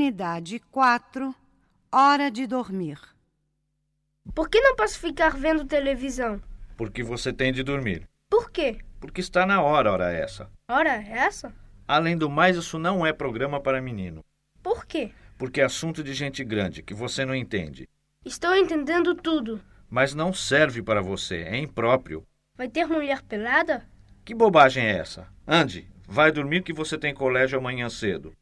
Unidade 4 Hora de dormir. Por que não posso ficar vendo televisão? Porque você tem de dormir. Por quê? Porque está na hora, hora essa. Ora, é essa? Além do mais, isso não é programa para menino. Por quê? Porque é assunto de gente grande, que você não entende. Estou entendendo tudo. Mas não serve para você, é impróprio. Vai ter mulher pelada? Que bobagem é essa? Ande, vai dormir que você tem colégio amanhã cedo.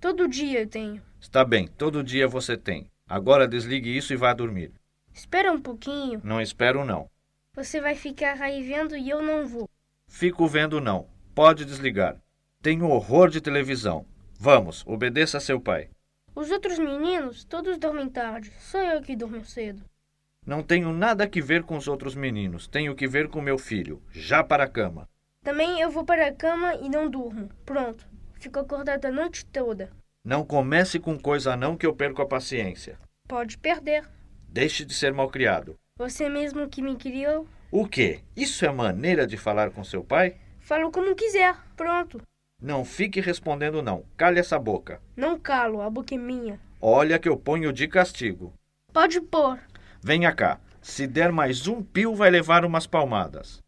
Todo dia eu tenho. Está bem, todo dia você tem. Agora desligue isso e vá dormir. Espera um pouquinho. Não espero, não. Você vai ficar aí vendo e eu não vou. Fico vendo, não. Pode desligar. Tenho horror de televisão. Vamos, obedeça a seu pai. Os outros meninos todos dormem tarde. Só eu que durmo cedo. Não tenho nada que ver com os outros meninos. Tenho que ver com meu filho. Já para a cama. Também eu vou para a cama e não durmo. Pronto. Fico acordada a noite toda. Não comece com coisa não que eu perco a paciência. Pode perder. Deixe de ser malcriado. Você mesmo que me criou, O quê? Isso é maneira de falar com seu pai? falo como quiser. Pronto. Não fique respondendo não. Calhe essa boca. Não calo, a boca é minha. Olha que eu ponho de castigo. Pode pôr. Venha cá. Se der mais um pio, vai levar umas palmadas.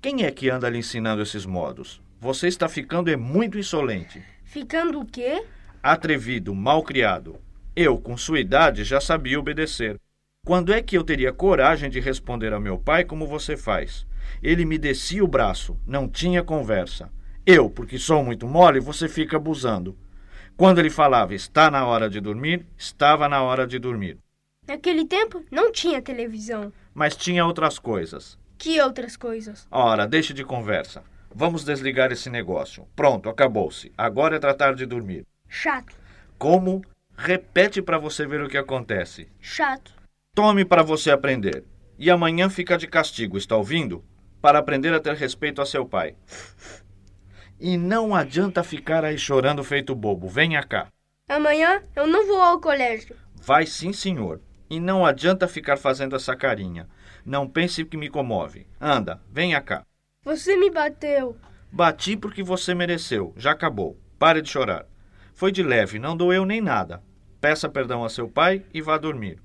Quem é que anda lhe ensinando esses modos? Você está ficando é muito insolente, Ficando o quê? atrevido, mal criado. Eu, com sua idade, já sabia obedecer. Quando é que eu teria coragem de responder a meu pai como você faz? Ele me descia o braço, não tinha conversa. Eu, porque sou muito mole, você fica abusando. Quando ele falava está na hora de dormir, estava na hora de dormir. Naquele tempo não tinha televisão. Mas tinha outras coisas. Que outras coisas? Ora, deixe de conversa. Vamos desligar esse negócio. Pronto, acabou-se. Agora é tratar de dormir. Chato, Como? Repete para você ver o que acontece. chato. Tome para você aprender. E amanhã fica de castigo, está ouvindo? Para aprender a ter respeito a seu pai. E não adianta ficar aí chorando feito bobo. Venha cá. Amanhã eu não vou ao colégio. Vai sim, senhor. E não adianta ficar fazendo essa carinha. Não pense que me comove. Anda, venha cá. Você me bateu. Bati porque você mereceu. Já acabou. Pare de chorar. Foi de leve, não doeu nem nada. Peça perdão a seu pai e vá dormir.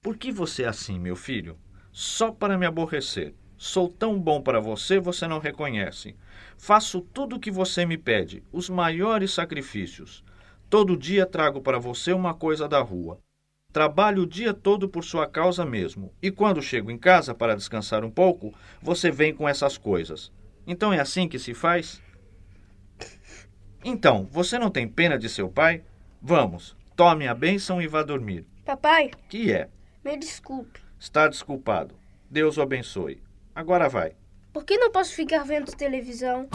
Por que você é assim, meu filho? Só para me aborrecer. Sou tão bom para você, você não reconhece. Faço tudo o que você me pede, os maiores sacrifícios. Todo dia trago para você uma coisa da rua. Trabalho o dia todo por sua causa mesmo. E quando chego em casa para descansar um pouco, você vem com essas coisas. Então é assim que se faz? Então, você não tem pena de seu pai? Vamos, tome a bênção e vá dormir. Papai, Que é? me desculpe. Está desculpado. Deus o abençoe. Agora vai. Por que não posso ficar vendo televisão?